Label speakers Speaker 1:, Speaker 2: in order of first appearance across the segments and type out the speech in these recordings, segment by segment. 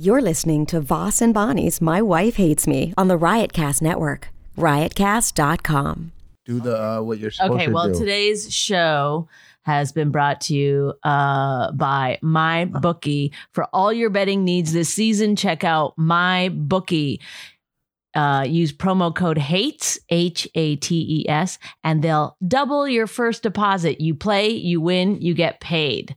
Speaker 1: You're listening to Voss and Bonnie's My Wife Hates Me on the Riotcast Network, riotcast.com.
Speaker 2: Do the uh, what you're supposed
Speaker 3: Okay,
Speaker 2: to
Speaker 3: well,
Speaker 2: do.
Speaker 3: today's show has been brought to you uh, by My Bookie. For all your betting needs this season, check out My Bookie. Uh, use promo code HATES, H A T E S, and they'll double your first deposit. You play, you win, you get paid.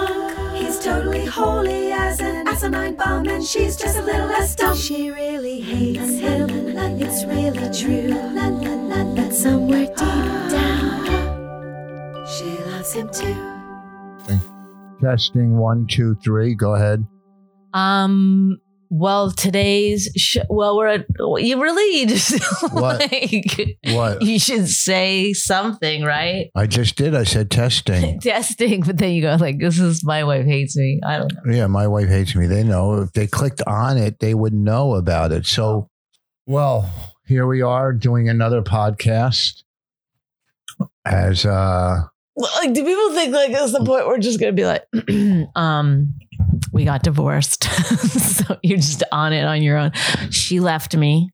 Speaker 4: He's totally holy as an asinine bomb, and she's just a little less dumb. She really hates him, it's really true. But somewhere deep down, she loves him too.
Speaker 2: Testing one, two, three. Go ahead.
Speaker 3: Um, well, today's show, well, we're at, you really just
Speaker 2: What?
Speaker 3: like,
Speaker 2: What?
Speaker 3: you should say something, right?
Speaker 2: I just did. I said testing.
Speaker 3: testing, but then you go like, "This is my wife hates me." I don't know.
Speaker 2: Yeah, my wife hates me. They know if they clicked on it, they would know about it. So, well, here we are doing another podcast. As uh,
Speaker 3: Like, do people think like this is the point we're just gonna be like, um, we got divorced, so you're just on it on your own. She left me.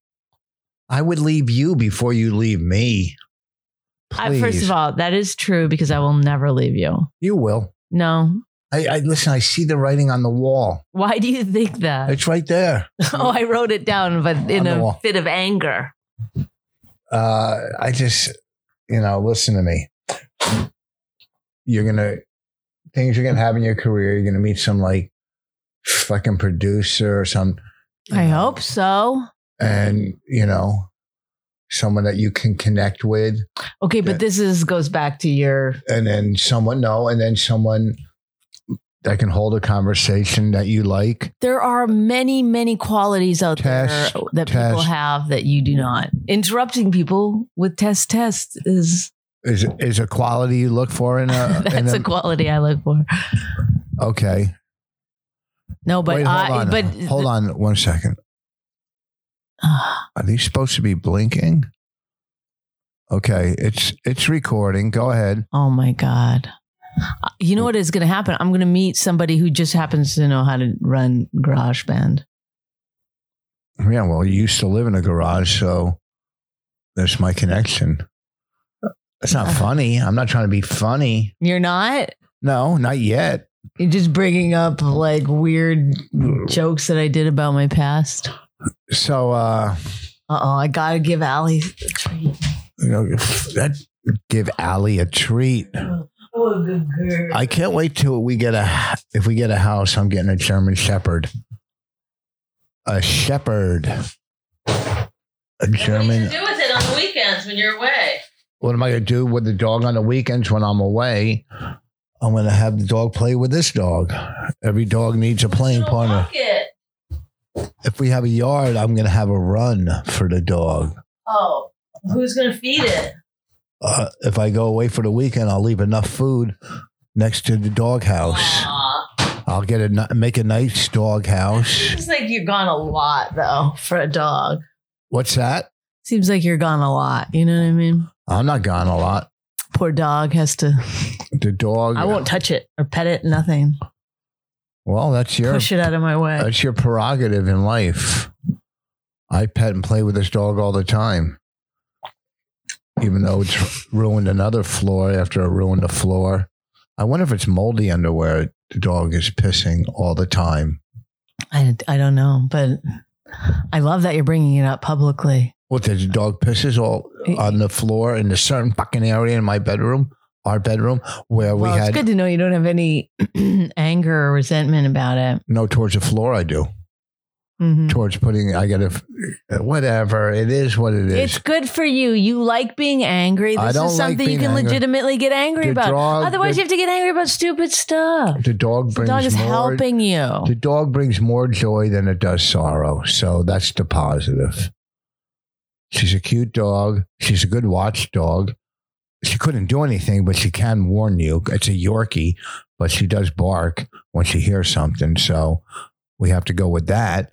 Speaker 2: I would leave you before you leave me.
Speaker 3: I, first
Speaker 2: Please.
Speaker 3: of all, that is true because I will never leave you.
Speaker 2: you will.
Speaker 3: No,
Speaker 2: I, I listen. I see the writing on the wall.
Speaker 3: why do you think that?
Speaker 2: It's right there.
Speaker 3: oh, I wrote it down, but in
Speaker 2: On the
Speaker 3: a
Speaker 2: wall.
Speaker 3: fit of anger.
Speaker 2: uh, I just, you know, listen to me. You're gonna things you're gonna have in your career. You're gonna meet some like fucking producer or some.
Speaker 3: I hope so.
Speaker 2: and you know, someone that you can connect with,
Speaker 3: Okay,
Speaker 2: Yeah.
Speaker 3: but this is goes back to your
Speaker 2: and then someone no, and then someone that can hold a conversation that you like.
Speaker 3: there are many, many qualities out
Speaker 2: Test,
Speaker 3: there that people
Speaker 2: test.
Speaker 3: have that you do not. Interrupting people with test test is
Speaker 2: Is is a quality you look for in a in
Speaker 3: that's
Speaker 2: a,
Speaker 3: a quality I look for.
Speaker 2: okay.
Speaker 3: No, but
Speaker 2: Wait, hold
Speaker 3: I
Speaker 2: on.
Speaker 3: but
Speaker 2: hold on one second. Are these supposed to be blinking? Okay, it's it's recording. Go ahead.
Speaker 3: Oh my god. Uh, You know what is going to happen? I'm going to meet somebody who just happens to know how to run GarageBand.
Speaker 2: Yeah, well, you used to live in a garage, so there's my connection. It's not funny. I'm not trying to be funny.
Speaker 3: You're not?
Speaker 2: No, not yet.
Speaker 3: You're just bringing up like weird jokes that I did about my past.
Speaker 2: So, uh,
Speaker 3: Uh oh, I got to give Allie a treat.
Speaker 2: you know, that give Allie a treat.
Speaker 3: Oh, good girl.
Speaker 2: I can't wait till we get a if we get a house. I'm getting a German Shepherd. A Shepherd. A German.
Speaker 3: do with it on the weekends when you're away?
Speaker 2: what am I going to do with the dog on the weekends when I'm away? I'm going to have the dog play with this dog. Every dog needs a playing partner.
Speaker 3: It.
Speaker 2: If we have a yard, I'm going to have a run for the dog.
Speaker 3: Oh, who's gonna feed it?
Speaker 2: Uh, if I go away for the weekend, I'll leave enough food next to the dog house. I'll get a ni- make a nice dog house.
Speaker 3: Seems like you're gone a lot though for a dog.
Speaker 2: What's that?
Speaker 3: Seems like you're gone a lot. You know what I mean?
Speaker 2: I'm not gone a lot.
Speaker 3: Poor dog has to.
Speaker 2: The dog.
Speaker 3: I won't touch it or pet it. Nothing.
Speaker 2: Well, that's your
Speaker 3: Push it out of my way.
Speaker 2: that's your prerogative in life. I pet and play with this dog all the time, even though it's ruined another floor after it ruined a floor. I wonder if it's moldy underwear. The dog is pissing all the time.
Speaker 3: I, I don't know, but I love that you're bringing it up publicly.
Speaker 2: What does the dog pisses all on the floor in a certain fucking area in my bedroom, our bedroom, where
Speaker 3: well,
Speaker 2: we
Speaker 3: it's
Speaker 2: had
Speaker 3: good to know you don't have any anger or resentment about it.
Speaker 2: no towards the floor. I do.
Speaker 3: Mhm.
Speaker 2: towards putting I got to whatever it is what it is.
Speaker 3: It's good for you. You like being angry. This
Speaker 2: I don't
Speaker 3: is
Speaker 2: like
Speaker 3: something you
Speaker 2: being
Speaker 3: can
Speaker 2: angry.
Speaker 3: legitimately get angry
Speaker 2: The
Speaker 3: about.
Speaker 2: dog-
Speaker 3: Otherwise,
Speaker 2: the-
Speaker 3: you have to get angry about stupid stuff.
Speaker 2: the dog
Speaker 3: The
Speaker 2: brings
Speaker 3: dog is
Speaker 2: more
Speaker 3: helping you.
Speaker 2: The dog brings more joy than it does sorrow. So that's the positive. She's a cute dog. She's a good watchdog. She couldn't do anything, but she can warn you. It's a Yorkie, but she does bark when she hears something. So we have to go with that.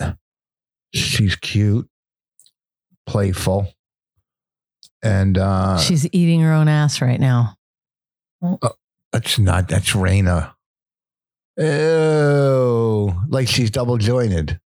Speaker 2: She's cute, playful, and uh,
Speaker 3: She's eating her own ass right now.
Speaker 2: that's not that's Raina. Ew, like she's double jointed.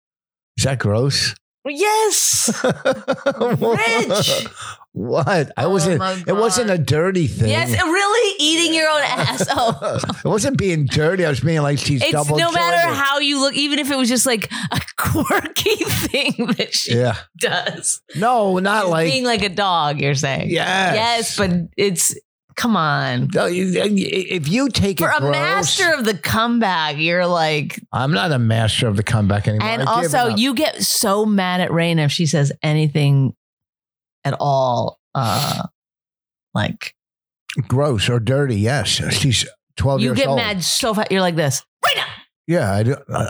Speaker 2: Is that gross?
Speaker 3: Yes. Rich!
Speaker 2: What? I wasn't.
Speaker 3: Oh my
Speaker 2: it wasn't a
Speaker 3: God.
Speaker 2: dirty thing.
Speaker 3: Yes, really eating your own ass. Oh.
Speaker 2: it wasn't being dirty. I was being like she's
Speaker 3: It's
Speaker 2: double.
Speaker 3: no matter
Speaker 2: jointed.
Speaker 3: how you look, even if it was just like a quirky thing that she
Speaker 2: Yeah.
Speaker 3: does.
Speaker 2: No, not
Speaker 3: She's
Speaker 2: like.
Speaker 3: being like a dog, you're saying.
Speaker 2: yes.
Speaker 3: Yes, but it's come on.
Speaker 2: No, you- and you- if you take
Speaker 3: For
Speaker 2: it
Speaker 3: a
Speaker 2: gross,
Speaker 3: master of the comeback, you're like,
Speaker 2: I'm not a master of the comeback anymore.
Speaker 3: and
Speaker 2: I've given
Speaker 3: also
Speaker 2: up.
Speaker 3: you get so mad at Raina if she says anything at all, uh, like
Speaker 2: gross or dirty. Yes, she's 12
Speaker 3: you
Speaker 2: years
Speaker 3: get
Speaker 2: old.
Speaker 3: mad so fast. You're like this.
Speaker 2: Yeah, I, do- I,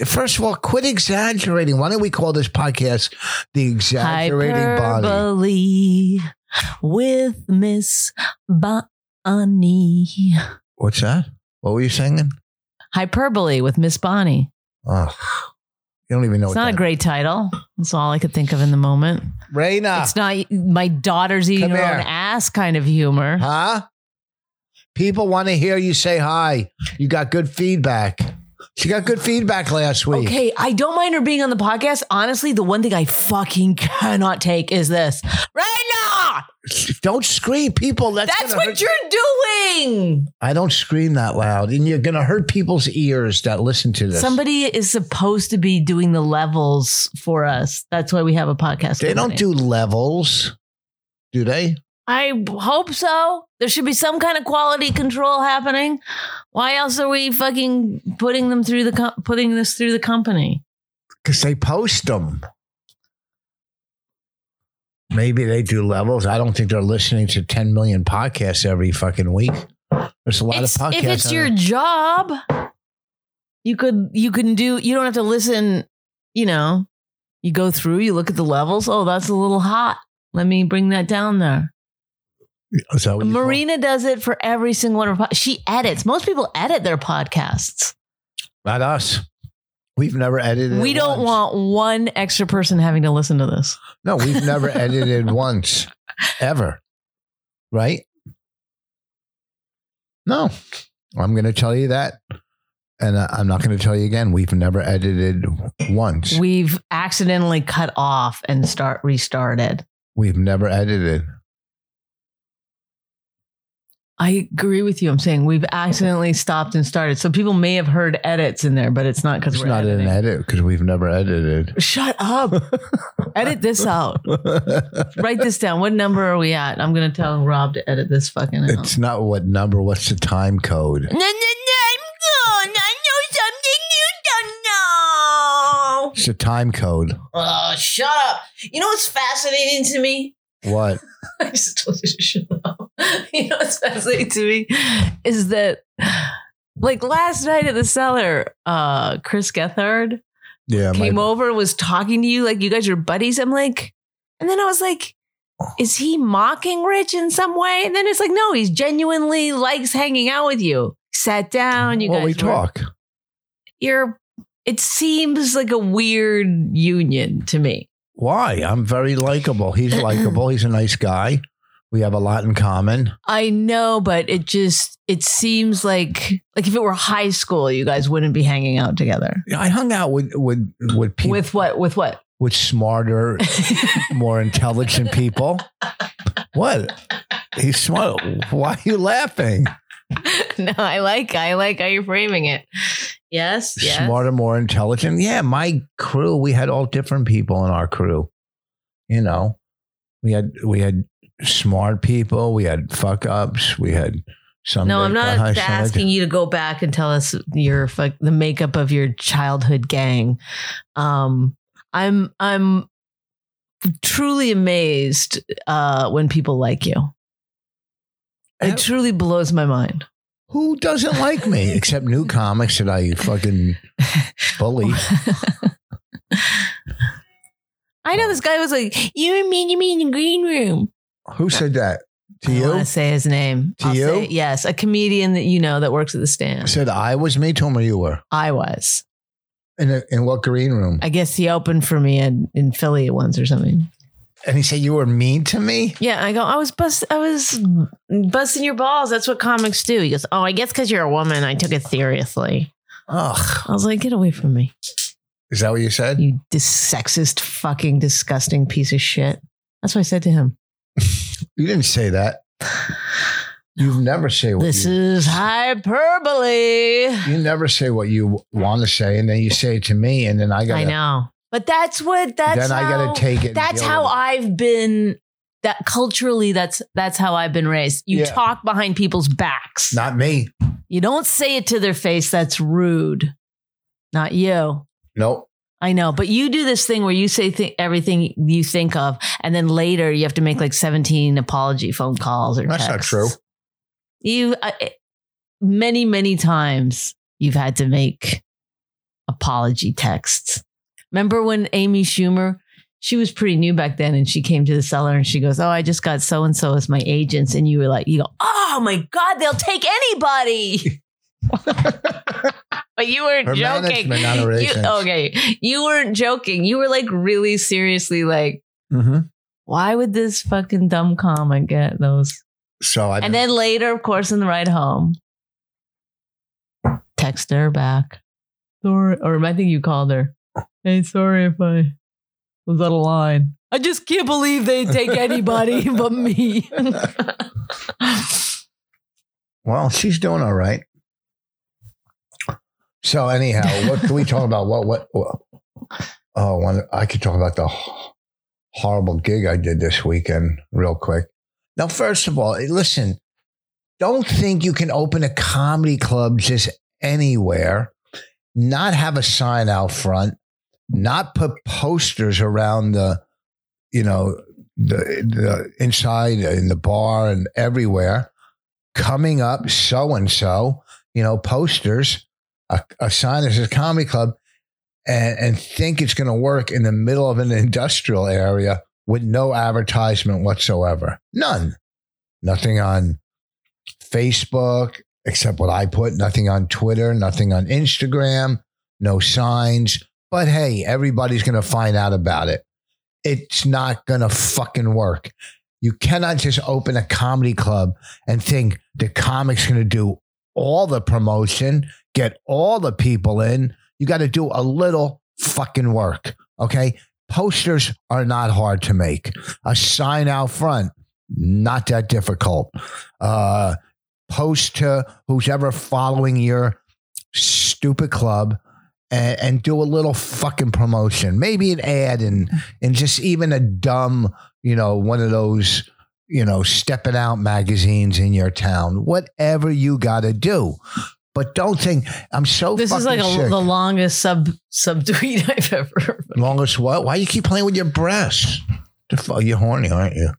Speaker 2: I- first of all, quit exaggerating. Why don't we call this podcast the exaggerating Bonnie?
Speaker 3: Hyperbole with Miss Bonnie.
Speaker 2: What's that? What were you singing?
Speaker 3: Hyperbole with Miss Bonnie.
Speaker 2: Oh, you don't even know.
Speaker 3: it's
Speaker 2: what
Speaker 3: not a
Speaker 2: that-
Speaker 3: great title. That's all I could think of in the moment.
Speaker 2: Raina,
Speaker 3: It's not my daughter's eating
Speaker 2: Ah. Come
Speaker 3: her own
Speaker 2: here.
Speaker 3: ass kind of humor.
Speaker 2: huh? People want to hear you say hi. You got good feedback. She got good feedback last week.
Speaker 3: Okay, I don't mind her being on the podcast. Honestly, the one thing I fucking cannot take is this. Right now,
Speaker 2: Don't scream, people. That's,
Speaker 3: that's
Speaker 2: gonna
Speaker 3: what
Speaker 2: hurt-
Speaker 3: you're doing.
Speaker 2: I don't scream that loud, and you're gonna hurt people's ears that listen to this.
Speaker 3: Somebody is supposed to be doing the levels for us. That's why we have a podcast.
Speaker 2: they don't do
Speaker 3: company.
Speaker 2: levels, do they?
Speaker 3: I hope so. There should be some kind of quality control happening. Why else are we fucking putting them through the com- putting this through the company?
Speaker 2: Because they post them. Maybe they do levels. I don't think they're listening to 10 million podcasts every fucking week. There's a lot
Speaker 3: It's-
Speaker 2: of podcasts.
Speaker 3: if it's
Speaker 2: out
Speaker 3: your
Speaker 2: there.
Speaker 3: job, you could you can do. You don't have to listen. You know, you go through. You look at the levels. Oh, that's a little hot. Let me bring that down there.
Speaker 2: Is that what you call it?
Speaker 3: Marina does it for every single one of her. po- She edits. Most people edit their podcasts.
Speaker 2: Not us. We've never edited.
Speaker 3: We
Speaker 2: it
Speaker 3: don't
Speaker 2: once.
Speaker 3: want one extra person having to listen to this.
Speaker 2: No, we've never edited once, ever. Right? No, I'm going to tell you that. And I- I'm not going to tell you again. We've never edited once.
Speaker 3: We've accidentally cut off and start restarted.
Speaker 2: We've never edited.
Speaker 3: I agree with you. I'm saying we've accidentally stopped and started. So people may have heard edits in there, but it's not because
Speaker 2: It's
Speaker 3: we're
Speaker 2: not
Speaker 3: editing.
Speaker 2: an edit because we've never edited.
Speaker 3: Shut up. edit this out. Write this down. What number are we at? I'm gonna tell Rob to edit this fucking out.
Speaker 2: It's not what number, what's the time code?
Speaker 3: no, no, no, I'm gone. I know something you don't know.
Speaker 2: It's the time code.
Speaker 3: Oh, shut up. You know what's fascinating to me?
Speaker 2: What?
Speaker 3: I just told you to shut up. You know what's fascinating to me is that, like last night at the cellar, uh, Chris Gethard
Speaker 2: Yeah. my-
Speaker 3: came over and was talking to you like you guys are buddies. I'm like, and then I was like, is he mocking Rich in some way? And then it's like, no, he's genuinely likes hanging out with you. Sat down, you
Speaker 2: well,
Speaker 3: guys
Speaker 2: we
Speaker 3: were-
Speaker 2: talk.
Speaker 3: You're. It seems like a weird union to me.
Speaker 2: Why? I'm very likable. He's likable. He's a nice guy. We have a lot in common.
Speaker 3: I know, but it just it seems like like if it were high school, you guys wouldn't be hanging out together.
Speaker 2: I hung out with with with people with,
Speaker 3: With what? With what?
Speaker 2: smarter, more intelligent people. What? He's smart. Why are you laughing?
Speaker 3: no, I like I like how you're framing it. Yes, yes.
Speaker 2: smarter, more intelligent. Yeah, my crew, we had all different people in our crew. You know, we had we had smart people, we had fuck ups, we had some.
Speaker 3: No,
Speaker 2: that
Speaker 3: I'm
Speaker 2: got
Speaker 3: not
Speaker 2: high, some that
Speaker 3: asking you to go back and tell us your fuck- the makeup of your childhood gang. Um, I'm I'm truly amazed uh, when people like you. It truly blows my mind.
Speaker 2: Who doesn't like me except new comics that I fucking bully?
Speaker 3: I know this guy was like, "You were mean to me in the green room."
Speaker 2: Who said that to
Speaker 3: I
Speaker 2: you?
Speaker 3: want to say his name.
Speaker 2: To
Speaker 3: I'll
Speaker 2: you?
Speaker 3: say- yes, a comedian that you know that works at the stand.
Speaker 2: Said I was me. Told me you were
Speaker 3: I was.
Speaker 2: in a, in what green room?
Speaker 3: I guess he opened for me in, in Philly once or something.
Speaker 2: And he said you were mean to me.
Speaker 3: Yeah, I go. I was bust. I was busting your balls. That's what comics do. He goes, "Oh, I guess because you're a woman, I took it seriously."
Speaker 2: Ugh,
Speaker 3: I was like, "Get away from me,
Speaker 2: is that what you said?
Speaker 3: you dis- sexist, fucking disgusting piece of shit." That's what I said to him.
Speaker 2: You didn't say that. You never say what
Speaker 3: This
Speaker 2: you,
Speaker 3: is hyperbole.
Speaker 2: you never say what you want to say, and then you say it to me, and then I got
Speaker 3: I know, but that's what. That's
Speaker 2: then I
Speaker 3: how-
Speaker 2: got to take it. and
Speaker 3: that's
Speaker 2: deal
Speaker 3: how
Speaker 2: with it.
Speaker 3: I've been. That culturally, that's that's how I've been raised. You
Speaker 2: Yeah.
Speaker 3: talk behind people's backs.
Speaker 2: Not me.
Speaker 3: You don't say it to their face. That's rude. Not you.
Speaker 2: Nope.
Speaker 3: I know, but you do this thing where you say th- everything you think of, and then later you have to make like seventeen apology phone calls or
Speaker 2: That's not
Speaker 3: texts.
Speaker 2: true.
Speaker 3: You uh, it- many many times you've had to make apology texts. Remember when Amy Schumer? She was pretty new back then, and she came to the cellar and she goes, "Oh, I just got so and so as my agents," and you were like, "You go, oh my god, they'll take anybody." But you weren't
Speaker 2: Her
Speaker 3: joking.
Speaker 2: management, not her
Speaker 3: You-
Speaker 2: agents.
Speaker 3: okay. You weren't joking. You were like really seriously like,
Speaker 2: mm-hmm.
Speaker 3: why would this fucking dumb comic get those?
Speaker 2: So I
Speaker 3: and then later, of course, in the ride home, text her back. Sorry, or I think you called her. Hey, sorry if I was out of line. I just can't believe they take anybody but me.
Speaker 2: well, she's doing all right. So anyhow, what can we talk about? What what? what oh, one, I could talk about the ho- horrible gig I did this weekend, real quick. Now, first of all, eh, listen. Don't think you can open a comedy club just anywhere, not have a sign out front, not put posters around the, you know, the, the inside in the bar and everywhere coming up so and so, you know, posters, a, a sign that says comedy club, and, and think it's going to work in the middle of an industrial area with no advertisement whatsoever. None. Nothing on Facebook, except what I put, nothing on Twitter, nothing on Instagram, no signs. But hey, everybody's going to find out about it. It's not going to fucking work. You cannot just open a comedy club and think the comic's going to do all the promotion, get all the people in. You got to do a little fucking work. Okay. Posters are not hard to make. A sign out front, not that difficult. Uh, post to who's ever following your stupid club and, and do a little fucking promotion. Maybe an ad and, and just even a dumb, you know, one of those you know, stepping out magazines in your town, whatever you got to do. But don't think I'm so.
Speaker 3: this is like
Speaker 2: fucking
Speaker 3: a,
Speaker 2: sick.
Speaker 3: the longest sub subtweet I've ever
Speaker 2: longest what? Why you keep playing with your breasts? The fu- You're horny, aren't you?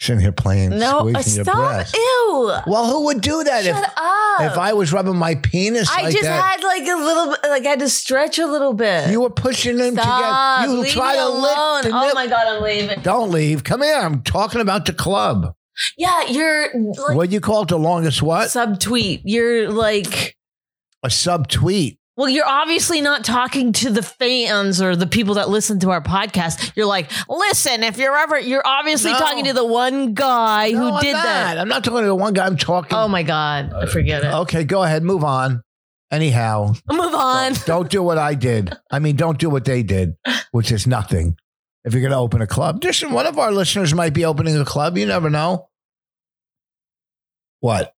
Speaker 2: Sitting here playing,
Speaker 3: No, uh,
Speaker 2: squeezing your
Speaker 3: stop!
Speaker 2: breasts.
Speaker 3: Ew!
Speaker 2: Well, who would do that
Speaker 3: Shut
Speaker 2: if
Speaker 3: up!
Speaker 2: if I was rubbing my penis
Speaker 3: I
Speaker 2: like
Speaker 3: just
Speaker 2: that?
Speaker 3: had like a little, bit- like I had to stretch a little bit.
Speaker 2: you were pushing them
Speaker 3: stop!
Speaker 2: together. You
Speaker 3: Leave
Speaker 2: try
Speaker 3: me
Speaker 2: to
Speaker 3: alone!
Speaker 2: lick the
Speaker 3: oh
Speaker 2: nip-
Speaker 3: my god, I'm leaving.
Speaker 2: Don't leave. Come here. I'm talking about the club.
Speaker 3: Yeah, you're like
Speaker 2: what do you call it? The longest what?
Speaker 3: subtweet. You're like,
Speaker 2: a subtweet.
Speaker 3: well, you're obviously not talking to the fans or the people that listen to our podcast. You're like, listen, if you're ever, you're obviously
Speaker 2: No.
Speaker 3: talking to the one guy
Speaker 2: No,
Speaker 3: who
Speaker 2: I'm
Speaker 3: did
Speaker 2: not.
Speaker 3: that.
Speaker 2: I'm not talking to one guy. I'm talking.
Speaker 3: Oh my god, I forget it.
Speaker 2: Okay, go ahead. Move on. Anyhow,
Speaker 3: Move on.
Speaker 2: don't do what I did. I mean, don't do what they did, which is nothing. If you're going to open a club, listen, one of our listeners might be opening a club. You never know. What?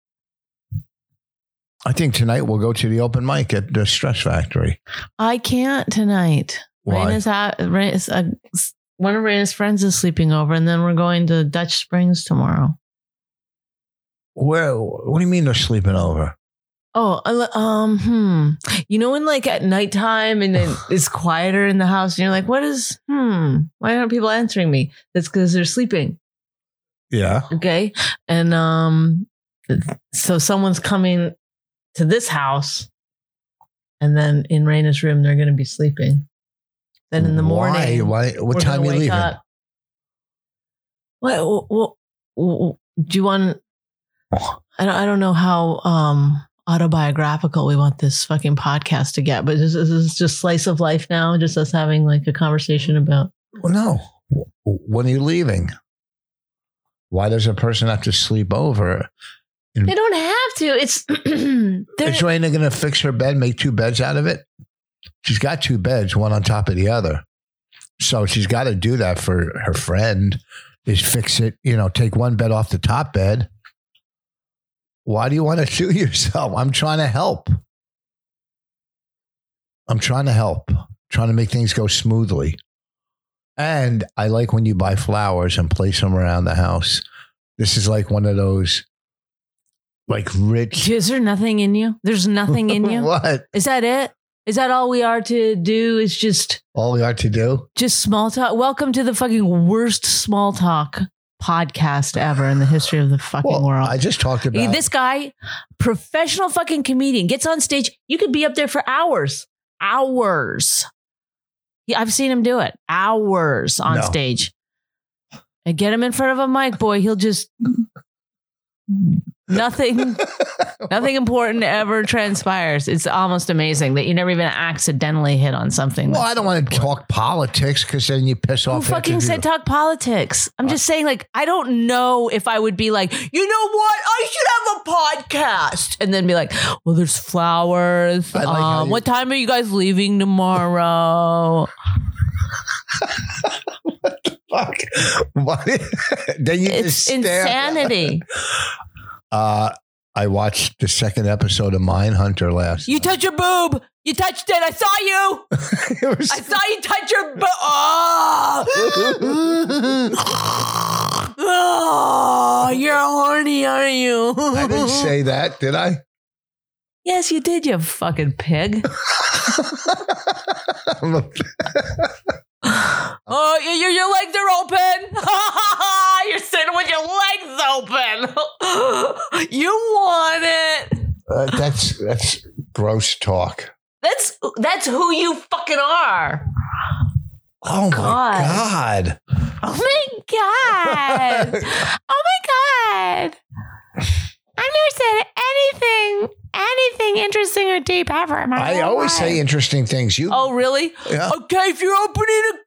Speaker 2: I think tonight we'll go to the open mic at the Stress Factory.
Speaker 3: I can't tonight.
Speaker 2: Why?
Speaker 3: Raina's out. Raina's, uh, s- one of Raina's friends is sleeping over, and then we're going to Dutch Springs tomorrow.
Speaker 2: Where? What do you mean they're sleeping over?
Speaker 3: Oh, I li- um, hmm. You know, when like at nighttime and then it's quieter in the house, and you're like, what is, hmm, why aren't people answering me? That's because they're sleeping.
Speaker 2: Yeah.
Speaker 3: Okay. And um, so someone's coming to this house, and then in Raina's room, they're going to be sleeping. Then in the morning,
Speaker 2: Why? Why? What
Speaker 3: we're
Speaker 2: time
Speaker 3: gonna
Speaker 2: you
Speaker 3: wake
Speaker 2: leaving?
Speaker 3: up. What, what, what, what- do you want? I don't, I don't know how um, autobiographical we want this fucking podcast to get, but this, this is just slice of life now, just us having like a conversation about.
Speaker 2: Well, no. W- When are you leaving? Why does a person have to sleep over? Hmm.
Speaker 3: They don't have to. It's they're-
Speaker 2: Is Raina going to fix her bed, make two beds out of it? She's got two beds, one on top of the other. So she's got to do that for her friend. Is fix it, you know, take one bed off the top bed. Why do you want to shoot yourself? I'm trying to help. I'm trying to help, trying to make things go smoothly. And I like when you buy flowers and place them around the house. This is like one of those, like rich
Speaker 3: is there nothing in you? There's nothing in you.
Speaker 2: what?
Speaker 3: Is that it? Is that all we are to do? Is just
Speaker 2: All we are to do?
Speaker 3: just small talk. Welcome to the fucking worst small talk podcast ever in the history of the fucking
Speaker 2: Well,
Speaker 3: world.
Speaker 2: I just talked about
Speaker 3: This guy, professional fucking comedian, gets on stage. You could be up there for hours, hours. Yeah, I've seen him do it, hours on
Speaker 2: No.
Speaker 3: stage. And get him in front of a mic, boy. He'll just nothing, nothing important ever transpires. It's almost amazing that you never even accidentally hit on something.
Speaker 2: Well,
Speaker 3: that-
Speaker 2: I don't want to talk politics because then you piss
Speaker 3: who
Speaker 2: off.
Speaker 3: fucking
Speaker 2: interview-
Speaker 3: said talk politics?
Speaker 2: Uh,
Speaker 3: I'm just saying, like, I don't know if I would be like, you know what? I should have a podcast. And then be like, well, there's flowers.
Speaker 2: I like how
Speaker 3: um,
Speaker 2: you-
Speaker 3: what time are you guys leaving tomorrow?
Speaker 2: Fuck. What? then you just
Speaker 3: it's
Speaker 2: stare.
Speaker 3: insanity.
Speaker 2: Uh, I watched the second episode of Mine Hunter last.
Speaker 3: you touch your boob. You touched it. I saw you.
Speaker 2: It was-
Speaker 3: I saw you touch your boob. Oh! Oh, you're horny, aren't you?
Speaker 2: I didn't say that, did I?
Speaker 3: yes, you did, you fucking pig. Oh, y- your, your legs are open. You're sitting with your legs open. you want it.
Speaker 2: Uh, that's that's gross talk.
Speaker 3: That's that's who you fucking are.
Speaker 2: Oh
Speaker 3: God.
Speaker 2: my God!
Speaker 3: Oh my god. oh my god. I've never said anything anything interesting or deep ever in Oh my
Speaker 2: I
Speaker 3: whole
Speaker 2: always
Speaker 3: life.
Speaker 2: say interesting things. You
Speaker 3: Oh really?
Speaker 2: Yeah.
Speaker 3: Okay, if you're opening a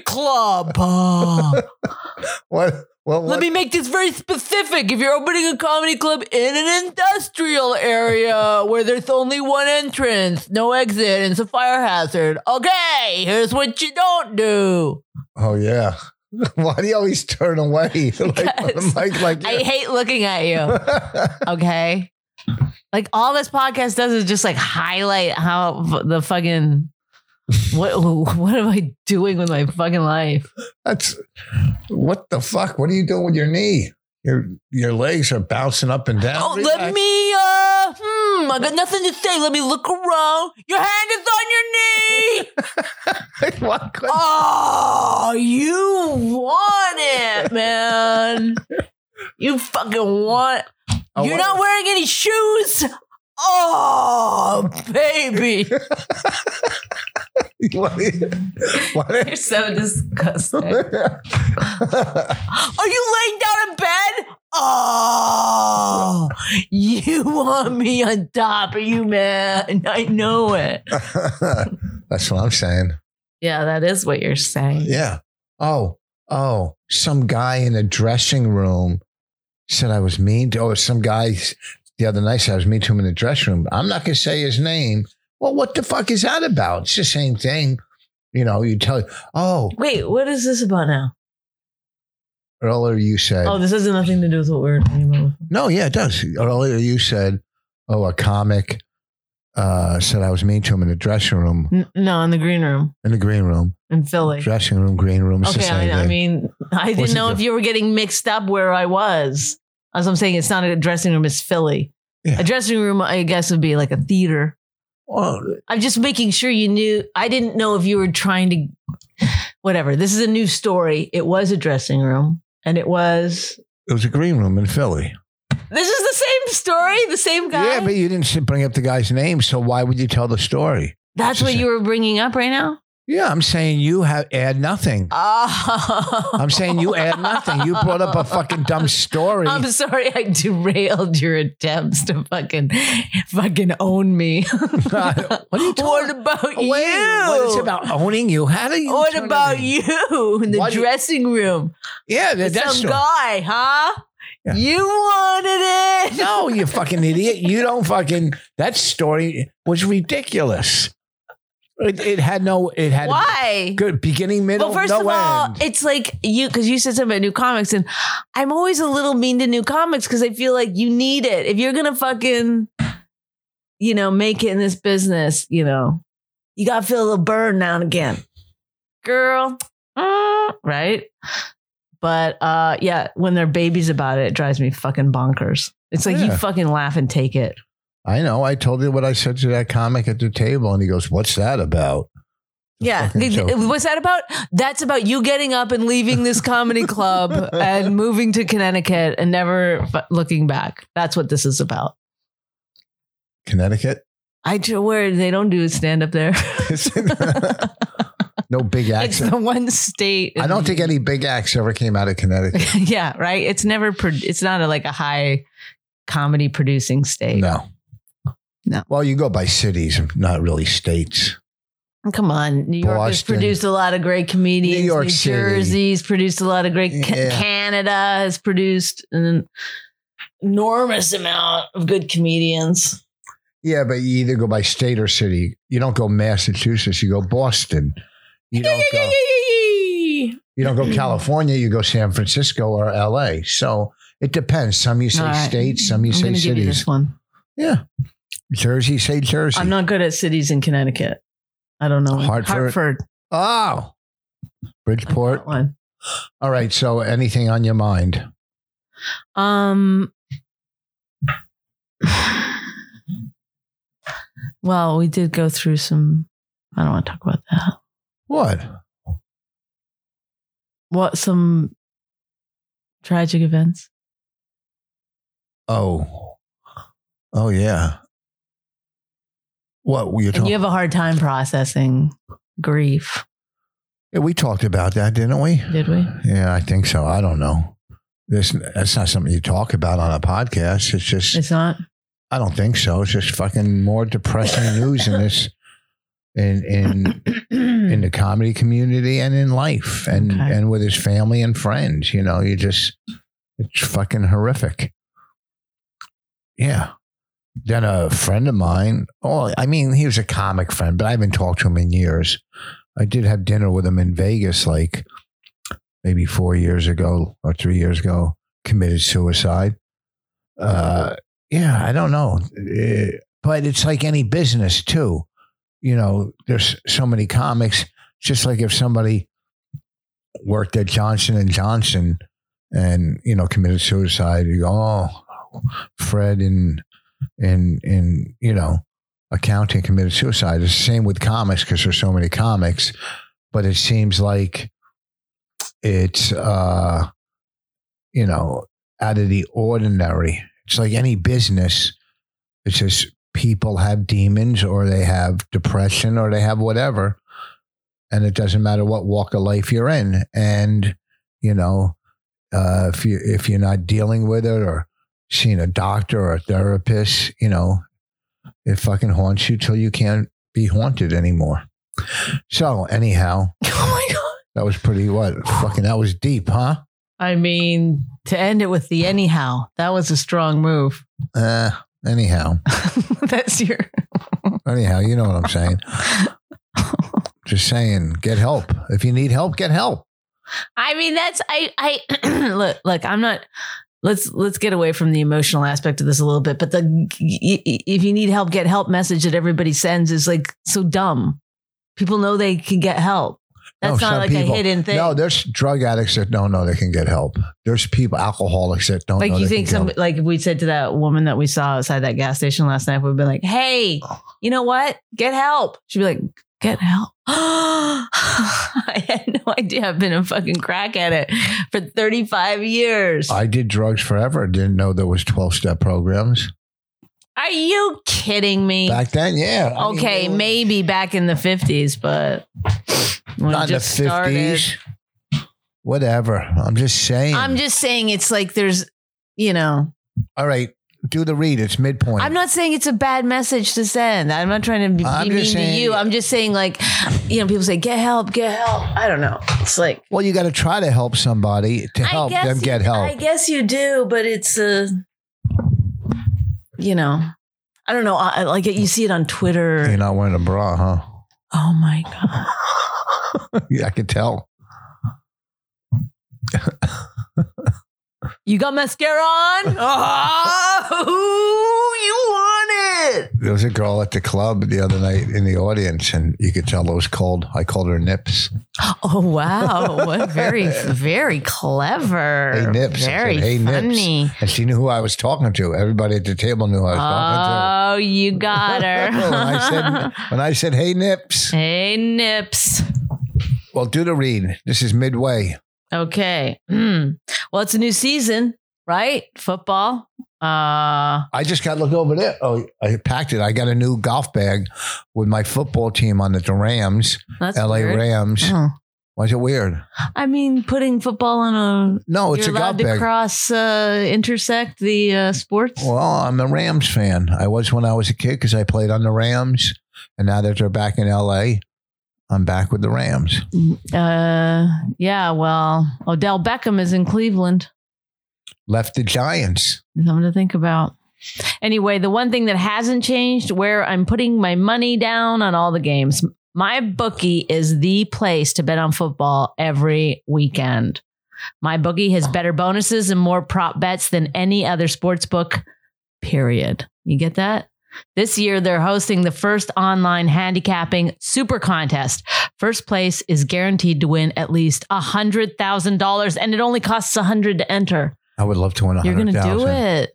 Speaker 3: comedy club. uh,
Speaker 2: what? Well,
Speaker 3: Let me make this very specific. If you're opening a comedy club in an industrial area where there's only one entrance, no exit, and it's a fire hazard, okay, here's what you don't do.
Speaker 2: Oh yeah. Why do you always turn away? like,
Speaker 3: Because
Speaker 2: like, like
Speaker 3: I hate looking at you, okay? Like, all this podcast does is just like highlight how f- the fucking. What what am I doing with my fucking life?
Speaker 2: that's what the fuck? What are you doing with your knee? Your your legs are bouncing up and down.
Speaker 3: Oh, let
Speaker 2: Relax.
Speaker 3: me, uh, hmm, I got nothing to say. Let me look around. Your hand is on your knee.
Speaker 2: What could-
Speaker 3: Oh, you want it, man. you fucking want
Speaker 2: I
Speaker 3: You're
Speaker 2: want-
Speaker 3: not wearing any shoes. Oh, baby.
Speaker 2: What is- what
Speaker 3: You're
Speaker 2: is-
Speaker 3: so disgusting. Are you laying down in bed? Oh, you want me on top of you, man. I know it.
Speaker 2: That's what I'm saying.
Speaker 3: Yeah, that is what you're saying.
Speaker 2: Yeah. Oh, oh, some guy in a dressing room said I was mean to. Oh, some guy s- the other night said I was mean to him in the dressing room. I'm not going to say his name. Well, what the fuck is that about? It's the same thing. You know, you tell, oh,
Speaker 3: Wait, what is this about now?
Speaker 2: earlier you said,
Speaker 3: Oh, this has nothing to do with what we were talking about.
Speaker 2: no, yeah, it does. Earlier you said, oh, a comic uh, said I was mean to him in the dressing room,
Speaker 3: N- no, in the green room
Speaker 2: in the green room,
Speaker 3: in Philly.
Speaker 2: dressing room, green room. It's the
Speaker 3: Okay,
Speaker 2: same
Speaker 3: I, I
Speaker 2: thing.
Speaker 3: mean, I
Speaker 2: What's
Speaker 3: didn't
Speaker 2: the
Speaker 3: know if you were getting mixed up where I was. As I'm saying, it's not a dressing room; it's Philly.
Speaker 2: Yeah.
Speaker 3: A dressing room, I guess, would be like a theater.
Speaker 2: Well,
Speaker 3: I'm just making sure you knew. I didn't know if you were trying to, whatever. This is a new story. It was a dressing room, and it was.
Speaker 2: it was a green room in Philly.
Speaker 3: This is the same story, the same guy.
Speaker 2: Yeah, but you didn't s- bring up the guy's name, so why would you tell the story?
Speaker 3: That's what you were bringing up right now.
Speaker 2: Yeah, I'm saying you have add nothing.
Speaker 3: Oh,
Speaker 2: I'm saying you add nothing. You brought up a fucking dumb story.
Speaker 3: I'm sorry, I derailed your attempts to fucking, fucking own me.
Speaker 2: what are you
Speaker 3: What
Speaker 2: talking
Speaker 3: about
Speaker 2: Wait,
Speaker 3: you?
Speaker 2: What is it about owning you? How do you?
Speaker 3: What
Speaker 2: turn it
Speaker 3: about
Speaker 2: in?
Speaker 3: you in the
Speaker 2: Why do you-
Speaker 3: dressing room?
Speaker 2: Yeah, that,
Speaker 3: With
Speaker 2: that's
Speaker 3: some
Speaker 2: the-
Speaker 3: guy, huh?
Speaker 2: Yeah.
Speaker 3: You wanted it.
Speaker 2: No, you fucking idiot. You don't fucking. That story was ridiculous. It, it had no. It had
Speaker 3: Why?
Speaker 2: good beginning, middle,
Speaker 3: Well, first
Speaker 2: no
Speaker 3: of all,
Speaker 2: end.
Speaker 3: it's like you because you said something about new comics, and I'm always a little mean to new comics because I feel like you need it if you're gonna fucking, you know, make it in this business. You know, you gotta feel a little burn now and again, girl. mm, right? But uh, yeah, when they're babies about it, it drives me fucking bonkers. It's like you
Speaker 2: Yeah.
Speaker 3: fucking laugh and take it.
Speaker 2: I know. I told you what I said to that comic at the table, and he goes, "What's that about?"
Speaker 3: Yeah.
Speaker 2: fucking
Speaker 3: Th-
Speaker 2: joke.
Speaker 3: What's that about? That's about you getting up and leaving this comedy club and moving to Connecticut and never f- looking back. That's what this is about.
Speaker 2: Connecticut.
Speaker 3: I do where they don't do stand up there.
Speaker 2: no big
Speaker 3: it's
Speaker 2: accent.
Speaker 3: the one state.
Speaker 2: I don't think any big acts ever came out of Connecticut.
Speaker 3: yeah, right. It's never. Pro- it's not a, like a high comedy producing state.
Speaker 2: No.
Speaker 3: No.
Speaker 2: Well, you go by cities, not really states.
Speaker 3: Come on, New York has
Speaker 2: Boston.
Speaker 3: produced a lot of great comedians.
Speaker 2: New York City.
Speaker 3: Jersey's produced a lot of great. Ca-
Speaker 2: Yeah.
Speaker 3: Canada has produced an enormous amount of good comedians.
Speaker 2: Yeah, but you either go by state or city. You don't go Massachusetts. You go Boston. You don't go. You don't go California. You go San Francisco or L.A. So it depends. Some you say
Speaker 3: All right.
Speaker 2: states. Some you
Speaker 3: I'm
Speaker 2: say
Speaker 3: gonna give you
Speaker 2: cities.
Speaker 3: this one.
Speaker 2: yeah. Jersey, say Jersey.
Speaker 3: I'm not good at cities in Connecticut. I don't know.
Speaker 2: Hartford. Oh, Bridgeport.
Speaker 3: That one.
Speaker 2: All right. So anything on your mind?
Speaker 3: Um. Well, we did go through some. I don't want to talk about that.
Speaker 2: What?
Speaker 3: What some tragic events?
Speaker 2: Oh. Oh yeah. What were you
Speaker 3: And
Speaker 2: talking?
Speaker 3: you have a hard time processing grief,
Speaker 2: Yeah, we talked about that, didn't we?
Speaker 3: did we?
Speaker 2: Yeah, I think so. I don't know. This that's not something you talk about on a podcast. It's just
Speaker 3: It's not.
Speaker 2: I don't think so. It's just fucking more depressing news in this in in in
Speaker 3: Hmm.
Speaker 2: the comedy community and in life and
Speaker 3: Okay.
Speaker 2: and with his family and friends. You know, you just it's fucking horrific. Yeah. Then a friend of mine, oh, I mean, he was a comic friend, but I haven't talked to him in years. I did have dinner with him in Vegas, like maybe four years ago or three years ago, committed suicide. Uh, yeah, I don't know. Eh, but it's like any business, too. You know, there's so many comics. Just like if somebody worked at Johnson and Johnson and, you know, committed suicide, you go, oh, Fred in, in, in, you know, accounting committed suicide. It's the same with comics because there's so many comics, but it seems like it's uh, you know out of the ordinary. It's like any business. It's just people have demons or they have depression or they have whatever, and it doesn't matter what walk of life you're in. And you know, uh, if you if you're not dealing with it or seeing a doctor or a therapist, you know, it fucking haunts you till you can't be haunted anymore. So anyhow,
Speaker 3: Oh my god.
Speaker 2: that was pretty what fucking that was deep, huh?
Speaker 3: I mean, to end it with the anyhow, that was a strong move.
Speaker 2: Uh, anyhow,
Speaker 3: That's your.
Speaker 2: anyhow, you know what I'm saying. Just saying, get help if you need help. Get help.
Speaker 3: I mean, that's I. I look, look. I'm not. Let's let's get away from the emotional aspect of this a little bit. But the if you need help, get help message that everybody sends is like so dumb. People know they can get help. That's not
Speaker 2: some
Speaker 3: like
Speaker 2: Oh, people-
Speaker 3: a hidden thing.
Speaker 2: No, there's drug addicts that don't know they can get help. There's people, alcoholics that don't
Speaker 3: like
Speaker 2: know
Speaker 3: you
Speaker 2: they
Speaker 3: think
Speaker 2: can
Speaker 3: some
Speaker 2: get help.
Speaker 3: like if we said to that woman that we saw outside that gas station last night, we'd be like, Hey, you know what? Get help. She'd be like, Get help. I had no idea I've been a fucking crack at it for 35 years.
Speaker 2: I did drugs forever. Didn't know there was 12 step programs.
Speaker 3: Are you kidding me?
Speaker 2: Back then, yeah. I mean,
Speaker 3: okay,
Speaker 2: they were-
Speaker 3: maybe back in the 50s, but when it
Speaker 2: Not in the
Speaker 3: just started-
Speaker 2: 50s. Whatever. I'm just saying.
Speaker 3: I'm just saying it's like there's, you know,
Speaker 2: All right. Do the read. It's midpoint.
Speaker 3: I'm not saying it's a bad message to send. I'm not trying to be,
Speaker 2: I'm
Speaker 3: be mean
Speaker 2: just
Speaker 3: to
Speaker 2: saying-
Speaker 3: you. I'm just saying, like, you know, people say, get help, get help. I don't know. It's like,
Speaker 2: Well, you got to try to help somebody to help
Speaker 3: I guess
Speaker 2: them
Speaker 3: you-
Speaker 2: get help.
Speaker 3: I guess you do, but it's a, you know, I don't know. I, I like it. You see it on Twitter.
Speaker 2: You're not wearing a bra, huh?
Speaker 3: oh my God.
Speaker 2: Yeah, I could tell.
Speaker 3: You got mascara on?
Speaker 2: Ah,
Speaker 3: Oh, you want it.
Speaker 2: There was a girl at the club the other night in the audience, and you could tell those cold. I called her nips.
Speaker 3: Oh wow! What very, very clever.
Speaker 2: Hey, Nips. I
Speaker 3: Very
Speaker 2: said, "Hey, Nips."
Speaker 3: funny.
Speaker 2: And she knew who I was talking to. Everybody at the table knew who I was talking
Speaker 3: Oh, you got her.
Speaker 2: to. when, I said, when I said, hey, nips.
Speaker 3: hey, Nips.
Speaker 2: Well, do the read. This is midway.
Speaker 3: Okay. Hmm. Well, it's a new season, right? Football. Uh,
Speaker 2: I just got to look over there. Oh, I packed it. I got a new golf bag with my football team on it, the Rams,
Speaker 3: that's
Speaker 2: LA
Speaker 3: weird.
Speaker 2: Rams.
Speaker 3: Oh.
Speaker 2: Why is it weird?
Speaker 3: I mean, putting football in a.
Speaker 2: No, Oh, it's
Speaker 3: you're
Speaker 2: a golf
Speaker 3: allowed to
Speaker 2: bag.
Speaker 3: cross uh, intersect the uh, sports.
Speaker 2: Well, I'm a Rams fan. I was when I was a kid because I played on the Rams, and now that they're back in LA, I'm back with the Rams.
Speaker 3: Uh, yeah. Well, Odell Beckham is in Cleveland.
Speaker 2: Left the Giants.
Speaker 3: something to think about. Anyway, the one thing that hasn't changed where I'm putting my money down on all the games. My bookie is the place to bet on football every weekend. My bookie has better bonuses and more prop bets than any other sports book, period. You get that? This year, they're hosting the first online handicapping super contest. First place is guaranteed to win at least $100,000, and it only costs 100 to enter.
Speaker 2: I would love to win a
Speaker 3: You're
Speaker 2: hundred
Speaker 3: going to
Speaker 2: thousand.
Speaker 3: do it.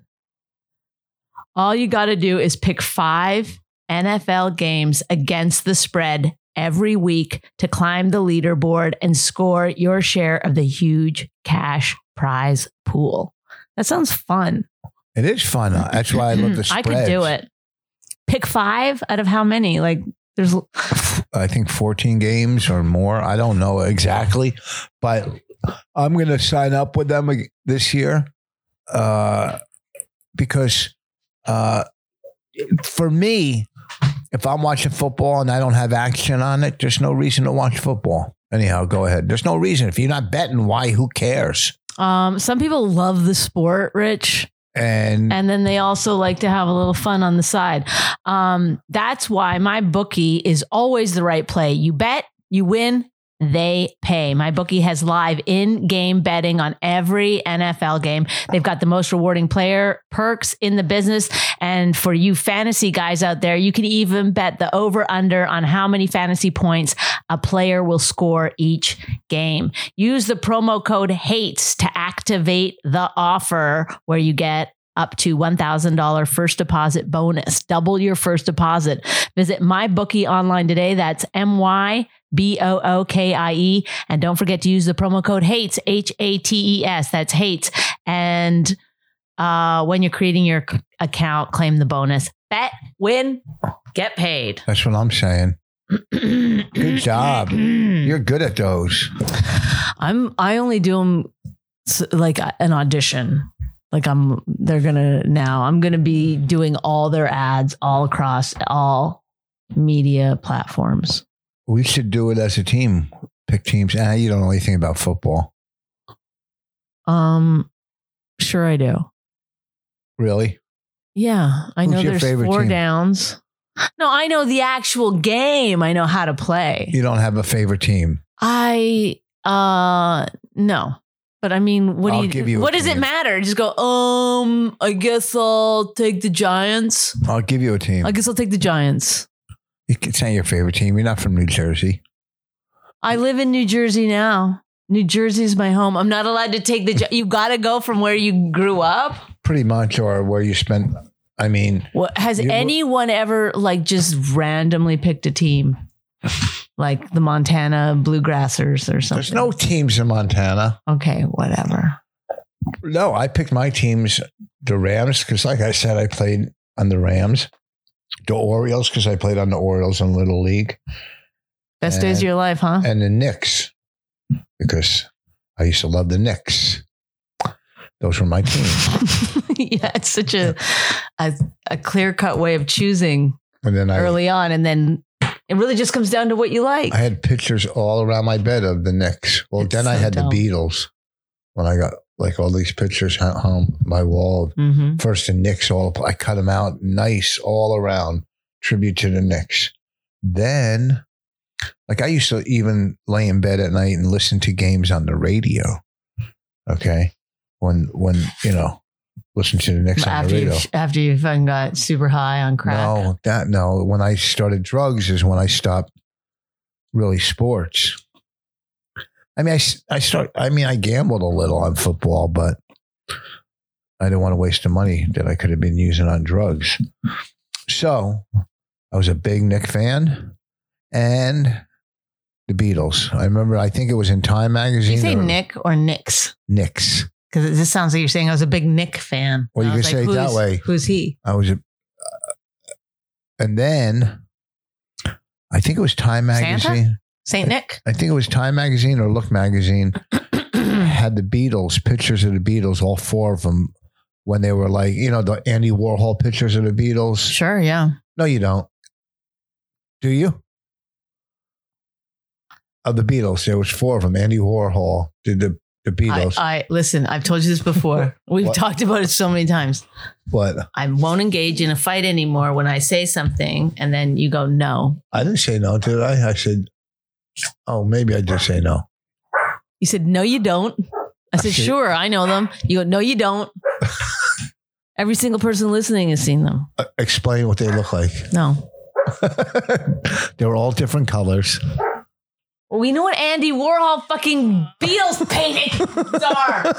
Speaker 3: All you got to do is pick five NFL games against the spread every week to climb the leaderboard and score your share of the huge cash prize pool. That sounds fun.
Speaker 2: It is fun. That's why I love the
Speaker 3: Mm-hmm. I
Speaker 2: spread.
Speaker 3: could do it. Pick five out of how many? Like, there's
Speaker 2: I think 14 games or more. I don't know exactly, but I'm going to sign up with them ag- this year uh, because uh, for me, if I'm watching football and I don't have action on it, there's no reason to watch football. Anyhow, go ahead. There's no reason. If you're not betting, why? Who cares?
Speaker 3: um, some people love the sport, Rich.
Speaker 2: And,
Speaker 3: and then they also like to have a little fun on the side. Um, that's why my bookie is always the right play. You bet, you win, they pay. My bookie has live in-game betting on every NFL game. They've got the most rewarding player perks in the business, and for you fantasy guys out there, you can even bet the over/under on how many fantasy points a player will score each game. Use the promo code HATES to activate the offer where you get up to $1,000 first deposit bonus. Double your first deposit. Visit MyBookie online today. That's M Y B O O K I E. And don't forget to use the promo code HATES, H A T E S. That's HATES. And uh, when you're creating your c- account, claim the bonus. Bet, win, get paid.
Speaker 2: that's what I'm saying.
Speaker 3: Good
Speaker 2: job.
Speaker 3: Mm.
Speaker 2: You're good at those.
Speaker 3: I'm I only do them like a- an audition. Like I'm they're going to now I'm going to be doing all their ads all across all media platforms.
Speaker 2: We should do it as a team, pick teams. Ah, you don't know anything about football.
Speaker 3: Um sure I do.
Speaker 2: Really?
Speaker 3: Yeah, I
Speaker 2: Who's
Speaker 3: know
Speaker 2: your
Speaker 3: there's
Speaker 2: favorite
Speaker 3: four
Speaker 2: team?
Speaker 3: downs. No, I know the actual game. I know how to play.
Speaker 2: You don't have a favorite team.
Speaker 3: I uh no. But I mean, what
Speaker 2: I'll
Speaker 3: do
Speaker 2: give
Speaker 3: you,
Speaker 2: you a
Speaker 3: what does it
Speaker 2: team.
Speaker 3: matter? Just go, um, I guess I'll take the Giants.
Speaker 2: I'll give you a team.
Speaker 3: I guess I'll take the Giants.
Speaker 2: It's not your favorite team. You're not from New Jersey.
Speaker 3: I live in New Jersey now. New Jersey's my home. I'm not allowed to take the job. You got to go from where you grew up.
Speaker 2: pretty much, or where you spent. I mean,
Speaker 3: What, has
Speaker 2: You were-
Speaker 3: anyone ever like just randomly picked a team? Like the Montana Bluegrassers or something.
Speaker 2: there's no teams in Montana.
Speaker 3: Okay, whatever.
Speaker 2: No, I picked my teams, the Rams, because like I said, I played on the Rams, the Orioles, because I played on the Orioles in Little League,
Speaker 3: Best days of your life, huh?
Speaker 2: and the Knicks, because I used to love the Knicks. Those were my teams.
Speaker 3: yeah, it's such a a, a clear cut way of choosing
Speaker 2: And then I,
Speaker 3: early on, and then it really just comes down to what you like.
Speaker 2: I had pictures all around my bed of the Knicks. Well,
Speaker 3: It's
Speaker 2: then I
Speaker 3: so
Speaker 2: had
Speaker 3: dumb.
Speaker 2: the Beatles when I got like all these pictures at home, my wall of
Speaker 3: hmm
Speaker 2: First the Knicks all I cut them out nice all around tribute to the Knicks. Then like I used to even lay in bed at night and listen to games on the radio. Okay. When when you know, listen to the Knicks on the
Speaker 3: After
Speaker 2: radio.
Speaker 3: you after you fucking got super high on crack.
Speaker 2: No, that no. When I started drugs is when I stopped really sports. I mean, I, s- I start. I mean, I gambled a little on football, but I didn't want to waste the money that I could have been using on drugs. So I was a big Nick fan and the Beatles. I remember. I think it was in Time
Speaker 3: Did
Speaker 2: magazine.
Speaker 3: you say
Speaker 2: or
Speaker 3: Nick or Nicks?
Speaker 2: Nicks.
Speaker 3: Because it just sounds like you're saying I was a big Nick fan.
Speaker 2: Well,
Speaker 3: And
Speaker 2: you
Speaker 3: I was
Speaker 2: could say it that
Speaker 3: who's-
Speaker 2: way.
Speaker 3: Who's he?
Speaker 2: I was, a, uh, and then I think it was Time magazine.
Speaker 3: Santa? Saint Nick?
Speaker 2: I think it was Time magazine or Look magazine had the Beatles pictures of the Beatles, all four of them, when they were like, you know, the Andy Warhol pictures of the Beatles.
Speaker 3: sure, yeah.
Speaker 2: No, you don't. Do you? Of the Beatles, there was four of them. Andy Warhol did the the
Speaker 3: I,
Speaker 2: Beatles,
Speaker 3: I listen. I've told you this before. We've
Speaker 2: What?
Speaker 3: talked about it so many times.
Speaker 2: but
Speaker 3: I won't engage in a fight anymore when I say something, and then you go no.
Speaker 2: I didn't say no, did I? I said, oh, maybe I did say no.
Speaker 3: You said no, you don't. I said
Speaker 2: Okay.
Speaker 3: sure, I know them. You go no, you don't. Every single person listening has seen them.
Speaker 2: Uh, explain what they look like.
Speaker 3: No.
Speaker 2: they were all different colors.
Speaker 3: Well, we know what Andy Warhol fucking Beatles paintings are.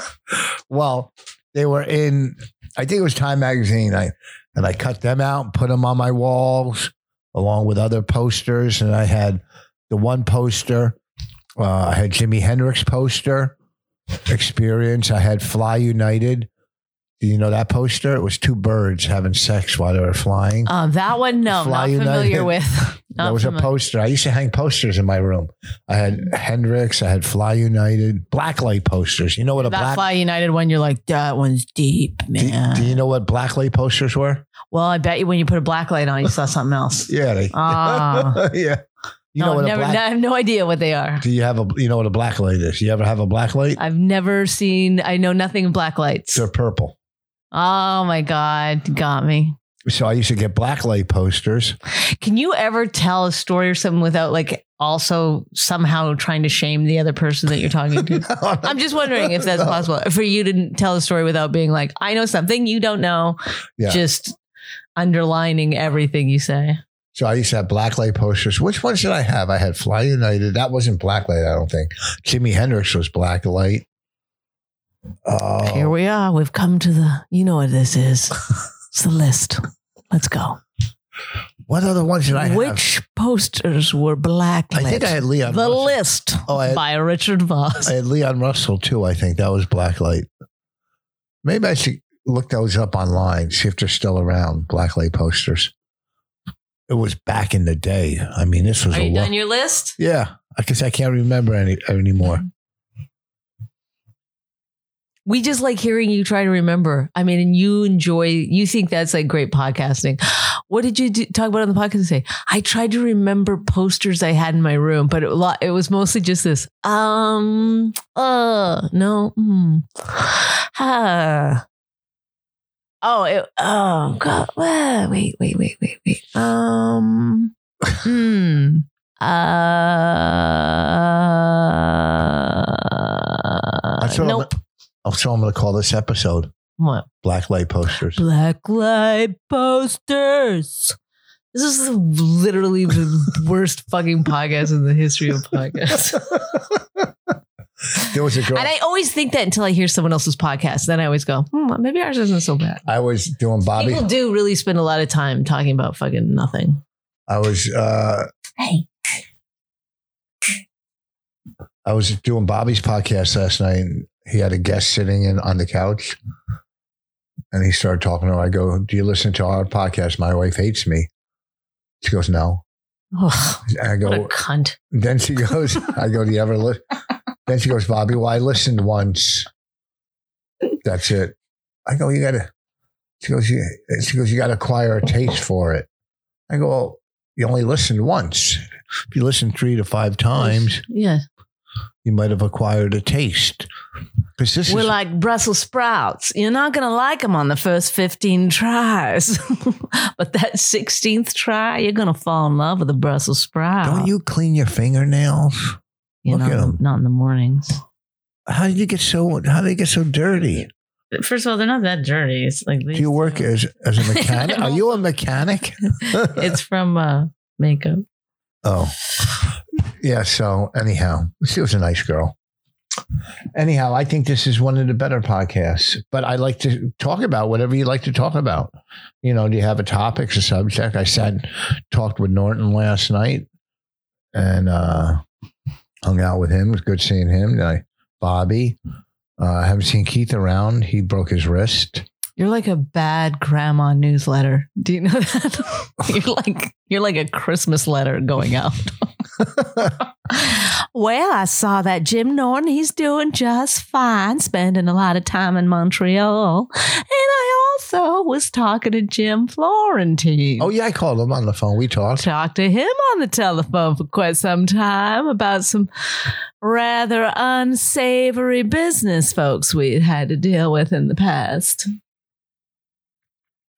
Speaker 2: Well, they were in, I think it was Time Magazine. I and I cut them out and put them on my walls along with other posters. And I had the one poster. Uh, I had Jimi Hendrix poster experience. I had Fly United. Do you know that poster? It was two birds having sex while they were flying.
Speaker 3: Uh, that one, no,
Speaker 2: Fly
Speaker 3: not familiar
Speaker 2: United.
Speaker 3: with. Not
Speaker 2: there was
Speaker 3: familiar.
Speaker 2: a poster. I used to hang posters in my room. I had Hendrix. I had Fly United. Blacklight posters. You know what a
Speaker 3: that
Speaker 2: black?
Speaker 3: Fly United one, you're like, that one's deep,
Speaker 2: do,
Speaker 3: man.
Speaker 2: do you know what blacklight posters were?
Speaker 3: Well, I bet you when you put a black light on, you saw something else.
Speaker 2: Yeah, they,
Speaker 3: Ah.
Speaker 2: yeah. You know
Speaker 3: no,
Speaker 2: what a
Speaker 3: I've never,
Speaker 2: black?
Speaker 3: I have no idea what they are.
Speaker 2: do you have a? You know what a blacklight is? You ever have a blacklight?
Speaker 3: I've never seen. I know nothing of black lights.
Speaker 2: They're purple.
Speaker 3: Oh my god, got me.
Speaker 2: So I used to get blacklight posters.
Speaker 3: Can you ever tell a story or something without like also somehow trying to shame the other person that you're talking to? I'm just wondering if that's
Speaker 2: Oh, No.
Speaker 3: possible for you to tell a story without being like, I know something you don't know,
Speaker 2: Yeah.
Speaker 3: just underlining everything you say.
Speaker 2: So I used to have blacklight posters. Which ones did I have? I had Fly United. That wasn't blacklight. I don't think. Jimi Hendrix was blacklight. Oh,
Speaker 3: Here we are. We've come to the. You know what this is. it's the list. Let's go.
Speaker 2: what other ones did I have?
Speaker 3: Which posters were blacklit?
Speaker 2: I think I had Leon.
Speaker 3: the
Speaker 2: Russell.
Speaker 3: list
Speaker 2: Oh, I had,
Speaker 3: by Richard Voss.
Speaker 2: I had Leon Russell too. I think that was Blacklight. Maybe I should look those up online, see if they're still around. Blacklight posters. It was back in the day. I mean, this was
Speaker 3: Are
Speaker 2: a
Speaker 3: you
Speaker 2: lo-
Speaker 3: done your list?
Speaker 2: yeah. I guess I can't remember any anymore.
Speaker 3: We just like hearing you try to remember. I mean, and you enjoy, you think that's like great podcasting. What did you do, talk about on the podcast today? I tried to remember posters I had in my room, but it, lo- it was mostly just this. Um, uh, no. Mm, ah. Oh, it, oh, God. Ah, Wait, wait, wait, wait, wait. Um, hmm. Uh,
Speaker 2: That's what I'm-
Speaker 3: nope.
Speaker 2: Oh, So I'm going to call this episode
Speaker 3: What?
Speaker 2: Blacklight posters.
Speaker 3: Black light posters. This is the- literally the worst fucking podcast in the history of podcasts.
Speaker 2: There was a girl.
Speaker 3: And I always think that until I hear someone else's podcast. Then I always go, hmm, maybe ours isn't so bad.
Speaker 2: I was doing Bobby.
Speaker 3: People do really spend a lot of time talking about fucking nothing.
Speaker 2: I was uh
Speaker 3: Hey.
Speaker 2: I was doing Bobby's podcast last night and he had a guest sitting in on the couch and he started talking to her. I go, Do you listen to our podcast? My wife hates me. She goes, No.
Speaker 3: Ugh,
Speaker 2: And I
Speaker 3: what a
Speaker 2: go
Speaker 3: cunt.
Speaker 2: then she goes, I go, Do you ever listen? Then she goes, Bobby, well, I listened once. That's it. I go, you gotta she goes, you, she goes, you gotta acquire a taste for it. I go, well, you only listened once. If you listen three to five times,
Speaker 3: Yeah.
Speaker 2: you might have acquired a taste. Because this
Speaker 3: We're
Speaker 2: is
Speaker 3: like Brussels sprouts. You're not going to like them on the first 15 tries. but that 16th try, you're going to fall in love with a Brussels sprout.
Speaker 2: don't you clean your fingernails?
Speaker 3: You
Speaker 2: look
Speaker 3: know,
Speaker 2: at 'em.
Speaker 3: not in the mornings.
Speaker 2: How did you get so how did you get so dirty?
Speaker 3: First of all, they're not that dirty. It's like uh,
Speaker 2: Do you work as as a mechanic? Are you a mechanic?
Speaker 3: it's from uh, makeup.
Speaker 2: Oh, yeah. So, anyhow, she was a nice girl. Anyhow, I think this is one of the better podcasts, but I like to talk about whatever you like to talk about. You know, do you have a topic, a subject? I said, talked with Norton last night and uh, hung out with him. It was good seeing him. Then I, Bobby, uh, I haven't seen Keith around. He broke his wrist.
Speaker 3: You're like a bad grandma newsletter. Do you know that? you're like you're like a Christmas letter going out. well, I saw that Jim Norton, he's doing just fine, spending a lot of time in Montreal. And I also was talking to Jim Florentine.
Speaker 2: Oh, yeah. I called him on the phone. We talked.
Speaker 3: Talked to him on the telephone for quite some time about some rather unsavory business folks we had to deal with in the past.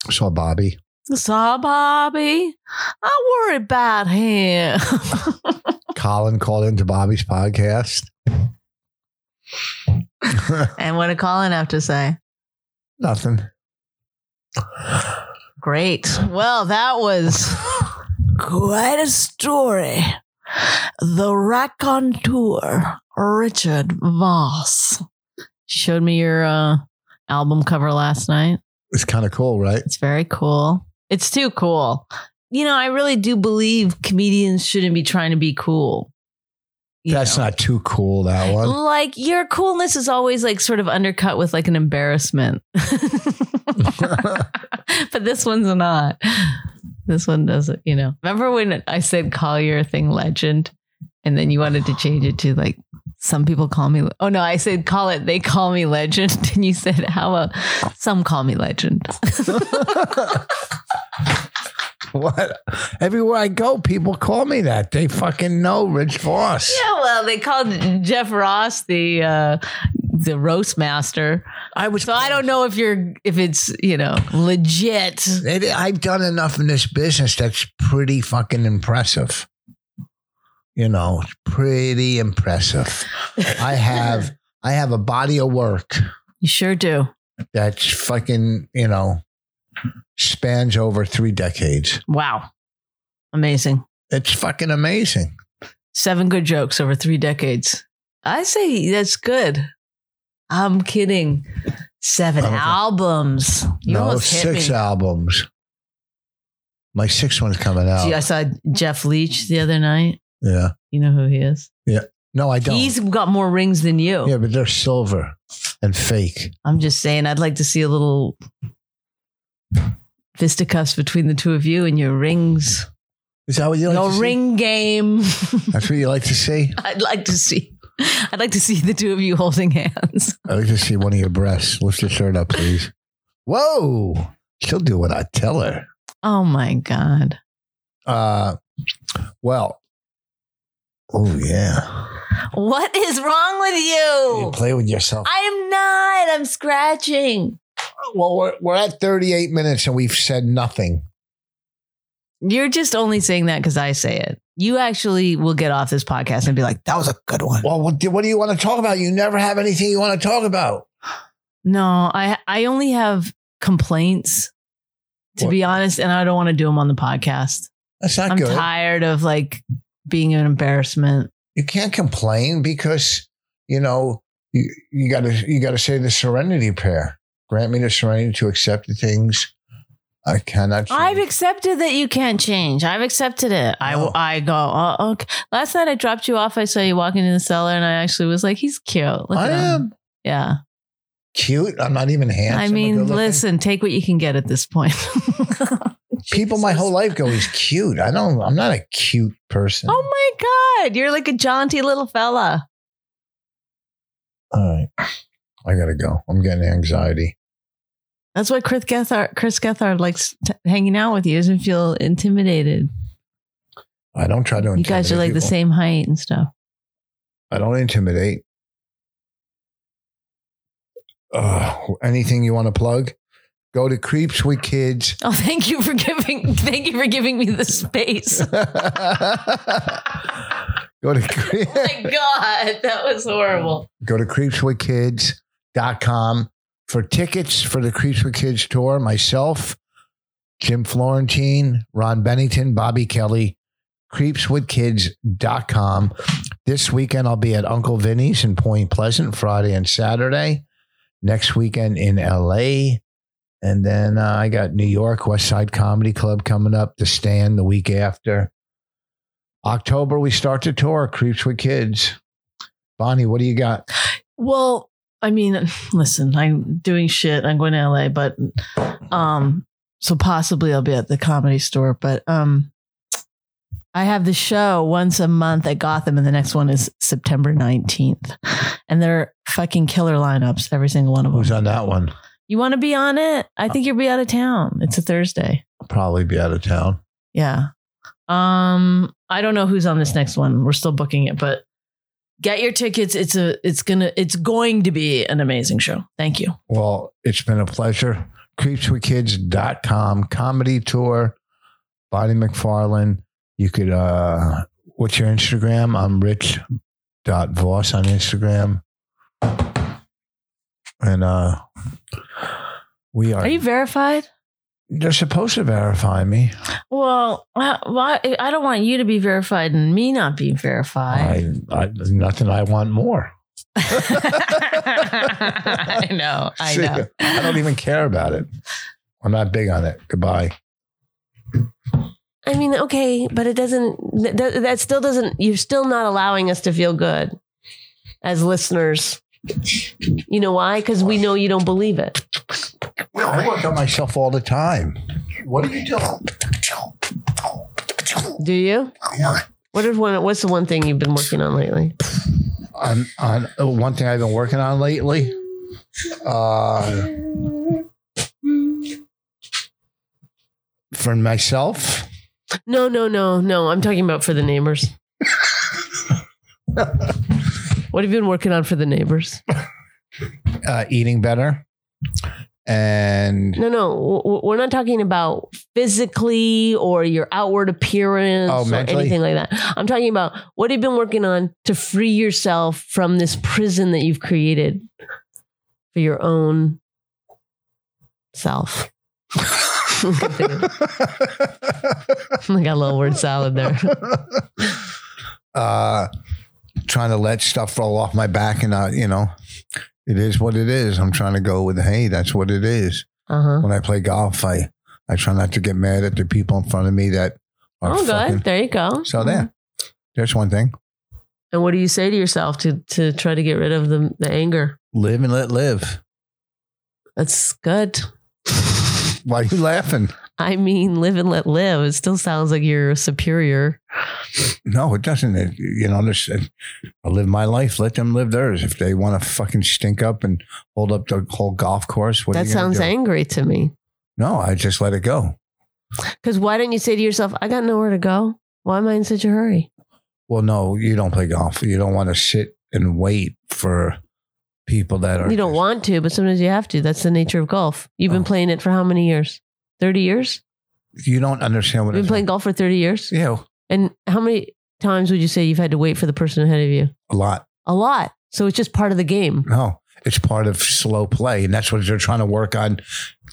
Speaker 2: Saw Bobby.
Speaker 3: Saw Bobby. I worry about him.
Speaker 2: Colin called into Bobby's podcast.
Speaker 3: and what did Colin have to say?
Speaker 2: Nothing.
Speaker 3: Great. Well, that was quite a story. The raconteur, Richard Voss. Showed me your uh, album cover last night.
Speaker 2: It's kind of cool, right?
Speaker 3: It's very cool. It's too cool. You know, I really do believe comedians shouldn't be trying to be cool. You
Speaker 2: That's
Speaker 3: know?
Speaker 2: not too cool, that one.
Speaker 3: like your coolness is always like sort of undercut with like an embarrassment. but this one's not. This one doesn't, you know. Remember when I said call your thing legend and then you wanted to change it to like some people call me oh no, I said call it they call me legend and you said how about some call me legend.
Speaker 2: what? Everywhere I go, people call me that. They fucking know Rich Voss.
Speaker 3: Yeah, well, they called Jeff Ross the uh the roast master.
Speaker 2: I was.
Speaker 3: So I don't know if you're if it's, you know, legit.
Speaker 2: It, I've done enough in this business that's pretty fucking impressive. You know, it's pretty impressive. I have I have a body of work
Speaker 3: You sure do.
Speaker 2: that's fucking, you know, spans over three decades.
Speaker 3: Wow. Amazing.
Speaker 2: It's fucking amazing.
Speaker 3: Seven good jokes over three decades. I say that's good. I'm kidding. Seven
Speaker 2: I don't think-
Speaker 3: albums. You
Speaker 2: no,
Speaker 3: almost hit
Speaker 2: six
Speaker 3: me.
Speaker 2: albums. My sixth one's coming out.
Speaker 3: See, I saw Jeff Leach the other night.
Speaker 2: yeah.
Speaker 3: You know who he is?
Speaker 2: No, I don't.
Speaker 3: He's got more rings than you.
Speaker 2: yeah, but they're silver and fake.
Speaker 3: I'm just saying, I'd like to see a little fisticuffs between the two of you and your rings.
Speaker 2: Is that what you like
Speaker 3: your
Speaker 2: to see?
Speaker 3: ring game.
Speaker 2: That's what you like to see?
Speaker 3: I'd like to see. I'd like to see the two of you holding hands.
Speaker 2: I like to see one of your breasts. Lift your shirt up, please. Whoa. She'll do what I tell her.
Speaker 3: Oh my god.
Speaker 2: Uh, well, oh, yeah.
Speaker 3: What is wrong with
Speaker 2: You
Speaker 3: you?
Speaker 2: play with yourself.
Speaker 3: I am not. I'm scratching.
Speaker 2: well, we're, we're at 38 minutes and we've said nothing.
Speaker 3: You're just only saying that because I say it. You actually will get off this podcast and be like, that was a good one.
Speaker 2: Well, what do, what do you want to talk about? You never have anything you want to talk about.
Speaker 3: No, I I only have complaints. to
Speaker 2: What?
Speaker 3: be honest, and I don't want to do them on the podcast.
Speaker 2: That's not
Speaker 3: I'm
Speaker 2: good.
Speaker 3: tired of like being an embarrassment.
Speaker 2: You can't complain because you know you, you gotta you gotta say the serenity prayer. Grant me the serenity to accept the things I cannot change.
Speaker 3: I've accepted that you can't change. I've accepted it.
Speaker 2: No.
Speaker 3: I I go. Oh, okay. Last night I dropped you off. I saw you walking in the cellar, and I actually was like, "He's cute. Look
Speaker 2: I
Speaker 3: at him.
Speaker 2: am
Speaker 3: Yeah.
Speaker 2: cute. I'm not even handsome.
Speaker 3: I
Speaker 2: or
Speaker 3: mean,
Speaker 2: good-looking.
Speaker 3: listen, take what you can get at this point.
Speaker 2: People my whole life go, he's cute. I don't. I'm not a cute person.
Speaker 3: Oh my God. You're like a jaunty little fella.
Speaker 2: All right, I gotta go. I'm getting anxiety.
Speaker 3: That's why Chris Gethard, Chris Gethard likes t- hanging out with you. He doesn't feel intimidated.
Speaker 2: I don't try to.
Speaker 3: You guys are
Speaker 2: intimidate
Speaker 3: like the
Speaker 2: people.
Speaker 3: same height and stuff.
Speaker 2: I don't intimidate. Ugh, anything you want to plug? Go to Creeps with Kids.
Speaker 3: Oh, thank you for giving thank you for giving me the space.
Speaker 2: Go to
Speaker 3: Oh
Speaker 2: cre-
Speaker 3: my God, that was horrible.
Speaker 2: go to creepswithkids.com for tickets for the Creeps with Kids tour. Myself, Jim Florentine, Ron Bennington, Bobby Kelly, creepswithkids.com. This weekend I'll be at Uncle Vinny's in Point Pleasant Friday and Saturday. Next weekend in LA. And then uh, I got New York West Side Comedy Club coming up, The Stand the week after. October, we start the tour, Creeps with Kids. Bonnie, what do you got?
Speaker 3: Well, I mean, listen, I'm doing shit. I'm going to LA, but um, so possibly I'll be at the comedy store, but um, I have the show once a month at Gotham, and the next one is September 19th, and they're fucking killer lineups, every single one of them.
Speaker 2: Who's on that one?
Speaker 3: You want to be on it? I think you'll be out of town. It's a Thursday.
Speaker 2: I'll probably be out of town.
Speaker 3: Yeah. Um, I don't know who's on this next one. We're still booking it, but get your tickets. It's a it's gonna it's going to be an amazing show. Thank you.
Speaker 2: Well, it's been a pleasure. Creepswithkids.com comedy tour. Bonnie McFarlane. You could uh what's your Instagram? I'm rich dot voss on Instagram. And uh we are,
Speaker 3: Are you verified?
Speaker 2: they're supposed to verify me.
Speaker 3: Well, I, why I don't want you to be verified and me not be verified.
Speaker 2: I, I there's nothing I want more.
Speaker 3: I know. I
Speaker 2: See,
Speaker 3: know.
Speaker 2: I don't even care about it. I'm not big on it. Goodbye.
Speaker 5: I mean, okay, but it doesn't, that- that, that still doesn't, you're still not allowing us to feel good as listeners. You know why? Because we know you don't believe it.
Speaker 2: I work on myself all the time. What are you doing?
Speaker 5: Do you? What is one, what's the one thing you've been working on lately?
Speaker 2: I'm on oh, one thing I've been working on lately. Uh, for myself,
Speaker 5: No, no, no, no. I'm talking about for the neighbors. what have you been working on for the neighbors?
Speaker 2: uh, eating better, and
Speaker 5: No, no. w- w- We're not talking about physically or your outward appearance
Speaker 2: Oh,
Speaker 5: or
Speaker 2: mentally?
Speaker 5: anything like that. I'm talking about what have you been working on to free yourself from this prison that you've created for your own self. I got a little word salad there.
Speaker 2: uh, trying to let stuff roll off my back, and not, you know, it is what it is. I'm trying to go with, hey, that's what it is.
Speaker 5: Uh huh.
Speaker 2: when I play golf, I I try not to get mad at the people in front of me that are
Speaker 5: Oh,
Speaker 2: fucking.
Speaker 5: good. Mm-hmm. There you go.
Speaker 2: So there, there's one thing:
Speaker 5: And what do you say to yourself to to try to get rid of the the anger?
Speaker 2: live and let live.
Speaker 5: That's good.
Speaker 2: Why are you laughing?
Speaker 5: I mean, live and let live. It still sounds like you're superior.
Speaker 2: No, it doesn't. It, you know, there's, I live my life. Let them live theirs. If they want to fucking stink up and hold up the whole golf course, what are
Speaker 5: that
Speaker 2: you gonna
Speaker 5: sounds
Speaker 2: do?
Speaker 5: angry to me.
Speaker 2: No, I just let it go.
Speaker 5: Because why don't you say to yourself, I got nowhere to go? Why am I in such a hurry?
Speaker 2: Well, no, you don't play golf. You don't want to sit and wait for people that are.
Speaker 5: You don't
Speaker 2: just-
Speaker 5: want to, but sometimes you have to. That's the nature of golf. You've
Speaker 2: Oh.
Speaker 5: been playing it for how many years? 30 years?
Speaker 2: You don't understand what
Speaker 5: You've been
Speaker 2: it's-
Speaker 5: playing golf for 30 years?
Speaker 2: Yeah,
Speaker 5: And how many times would you say you've had to wait for the person ahead of you?
Speaker 2: a lot.
Speaker 5: A lot. So it's just part of the game.
Speaker 2: No, it's part of slow play, and that's what they're trying to work on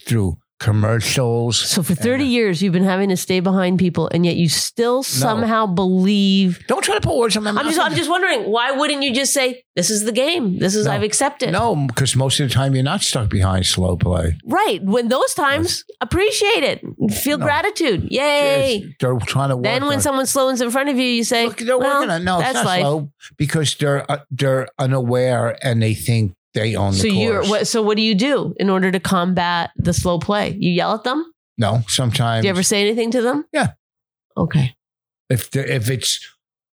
Speaker 2: through commercials.
Speaker 3: So for 30
Speaker 2: uh,
Speaker 3: years, you've been having to stay behind people, and yet you still somehow believe.
Speaker 2: Don't try to put words in my mouth.
Speaker 3: I'm just, I'm just wondering, why wouldn't you just say, this is the game? This is,
Speaker 2: No.
Speaker 3: I've accepted.
Speaker 2: no, because most of the time you're not stuck behind slow play.
Speaker 3: Right. When those times, appreciate it. Feel
Speaker 2: No.
Speaker 3: gratitude. Yay.
Speaker 2: It's- They're trying to work.
Speaker 3: Then when
Speaker 2: on-
Speaker 3: someone slowens in front of you, you say,
Speaker 2: Look, they're
Speaker 3: well,
Speaker 2: working on no, it's
Speaker 3: that's
Speaker 2: not
Speaker 3: life.
Speaker 2: slow because they're uh, they're unaware and they think they own the
Speaker 3: So you're
Speaker 2: course.
Speaker 3: what? So what do you do in order to combat the slow play? You yell at them.
Speaker 2: No, sometimes
Speaker 3: Do you ever say anything to them?
Speaker 2: Yeah.
Speaker 3: Okay.
Speaker 2: if the, if it's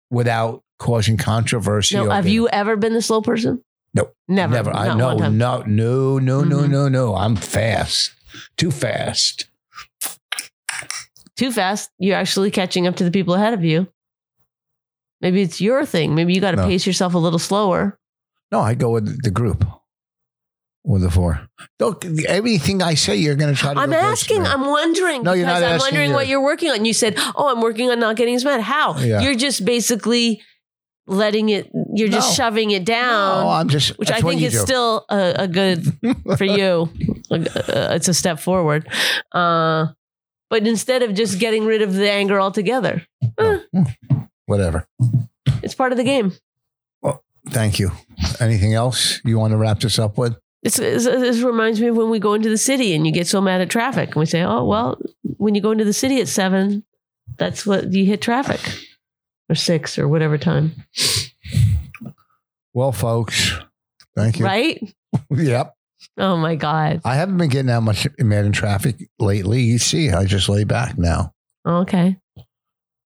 Speaker 2: without causing controversy.
Speaker 3: No.
Speaker 2: or
Speaker 3: Have
Speaker 2: being-
Speaker 3: you ever been the slow person?
Speaker 2: Nope.
Speaker 3: Never.
Speaker 2: Never. I
Speaker 3: Not
Speaker 2: know.
Speaker 3: one time.
Speaker 2: No. No. No. No.
Speaker 3: Mhm.
Speaker 2: No. No. I'm fast. Too fast.
Speaker 3: Too fast. You're actually catching up to the people ahead of you. Maybe it's your thing. Maybe you got to
Speaker 2: No.
Speaker 3: pace yourself a little slower.
Speaker 2: No, I go with the group. With the four. Look, everything I say, you're going to try to.
Speaker 3: I'm
Speaker 2: go against
Speaker 3: asking.
Speaker 2: me.
Speaker 3: I'm wondering.
Speaker 2: No, you're
Speaker 3: because
Speaker 2: not
Speaker 3: I'm
Speaker 2: asking
Speaker 3: wondering what
Speaker 2: yet.
Speaker 3: you're working on. You said, "Oh, I'm working on not getting as mad." How?
Speaker 2: Yeah.
Speaker 3: You're just basically letting it. You're just
Speaker 2: No.
Speaker 3: shoving it down.
Speaker 2: No, Oh, I'm just.
Speaker 3: which
Speaker 2: that's
Speaker 3: I
Speaker 2: what
Speaker 3: think
Speaker 2: you
Speaker 3: is
Speaker 2: do.
Speaker 3: still a, a good for you. Uh, it's a step forward. Uh, but instead of just getting rid of the anger altogether,
Speaker 2: Whatever.
Speaker 3: it's part of the game.
Speaker 2: Thank you. Anything else you want to wrap this up with?
Speaker 3: It's, it's, this reminds me of when we go into the city and you get so mad at traffic. And we say, oh, well, when you go into the city at seven, that's what you hit traffic or six or whatever time.
Speaker 2: Well, folks, thank you.
Speaker 3: Right?
Speaker 2: Yep.
Speaker 3: Oh my God.
Speaker 2: I haven't been getting that much mad in traffic lately. You see, I just lay back now.
Speaker 3: Okay.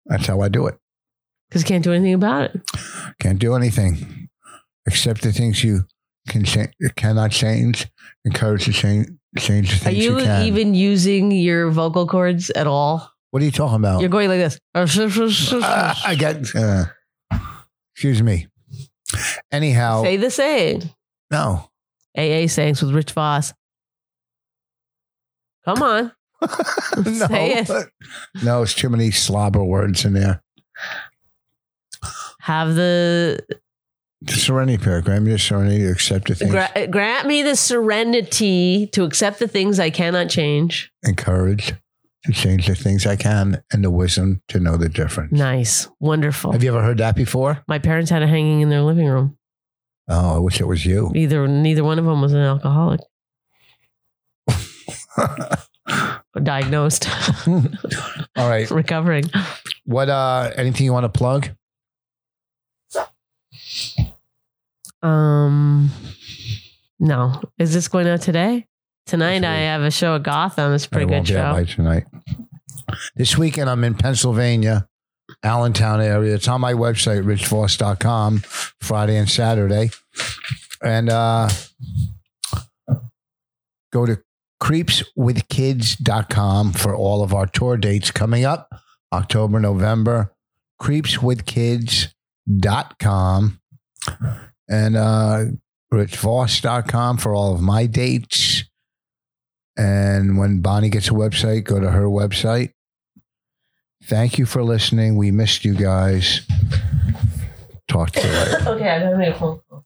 Speaker 2: That's how I do it.
Speaker 3: Because can't do anything about it.
Speaker 2: Can't do anything except the things you can cha- cannot change. Encourage to change, change the
Speaker 3: Are
Speaker 2: things you,
Speaker 3: you
Speaker 2: can.
Speaker 3: even using your vocal cords at all?
Speaker 2: what are you talking about?
Speaker 3: You're going like this.
Speaker 2: Uh, I got. Uh, excuse me. Anyhow,
Speaker 3: Say the saying.
Speaker 2: no.
Speaker 3: AA sayings with Rich Voss. Come on.
Speaker 2: no,
Speaker 3: Say it.
Speaker 2: no, it's too many slobber words in there.
Speaker 3: Have the
Speaker 2: Serenity prayer. Grant me the serenity to accept the things.
Speaker 3: gra- grant me the serenity to accept the things I cannot change.
Speaker 2: encouraged to change the things I can and the wisdom to know the difference.
Speaker 3: Nice. Wonderful.
Speaker 2: Have you ever heard that before?
Speaker 3: My parents had it hanging in their living room.
Speaker 2: Oh, I wish it was you.
Speaker 3: Either neither one of them was an alcoholic or diagnosed,
Speaker 2: All right.
Speaker 3: recovering.
Speaker 2: What uh anything you want to plug?
Speaker 3: Um no. Is this going out today? Tonight
Speaker 2: This
Speaker 3: I
Speaker 2: week.
Speaker 3: have a show at Gotham. It's a pretty
Speaker 2: I won't
Speaker 3: good
Speaker 2: be
Speaker 3: show.
Speaker 2: out by tonight. This weekend I'm in Pennsylvania, Allentown area. It's on my website, richforce.com, Friday and Saturday. And uh go to creepswithkids.com for all of our tour dates coming up October, November. Creepswithkids.com and uh, richvoss.com for all of my dates. And when Bonnie gets a website, go to her website. Thank you for listening. We missed you guys. Talk to you later.
Speaker 3: Okay, I'm having a phone call.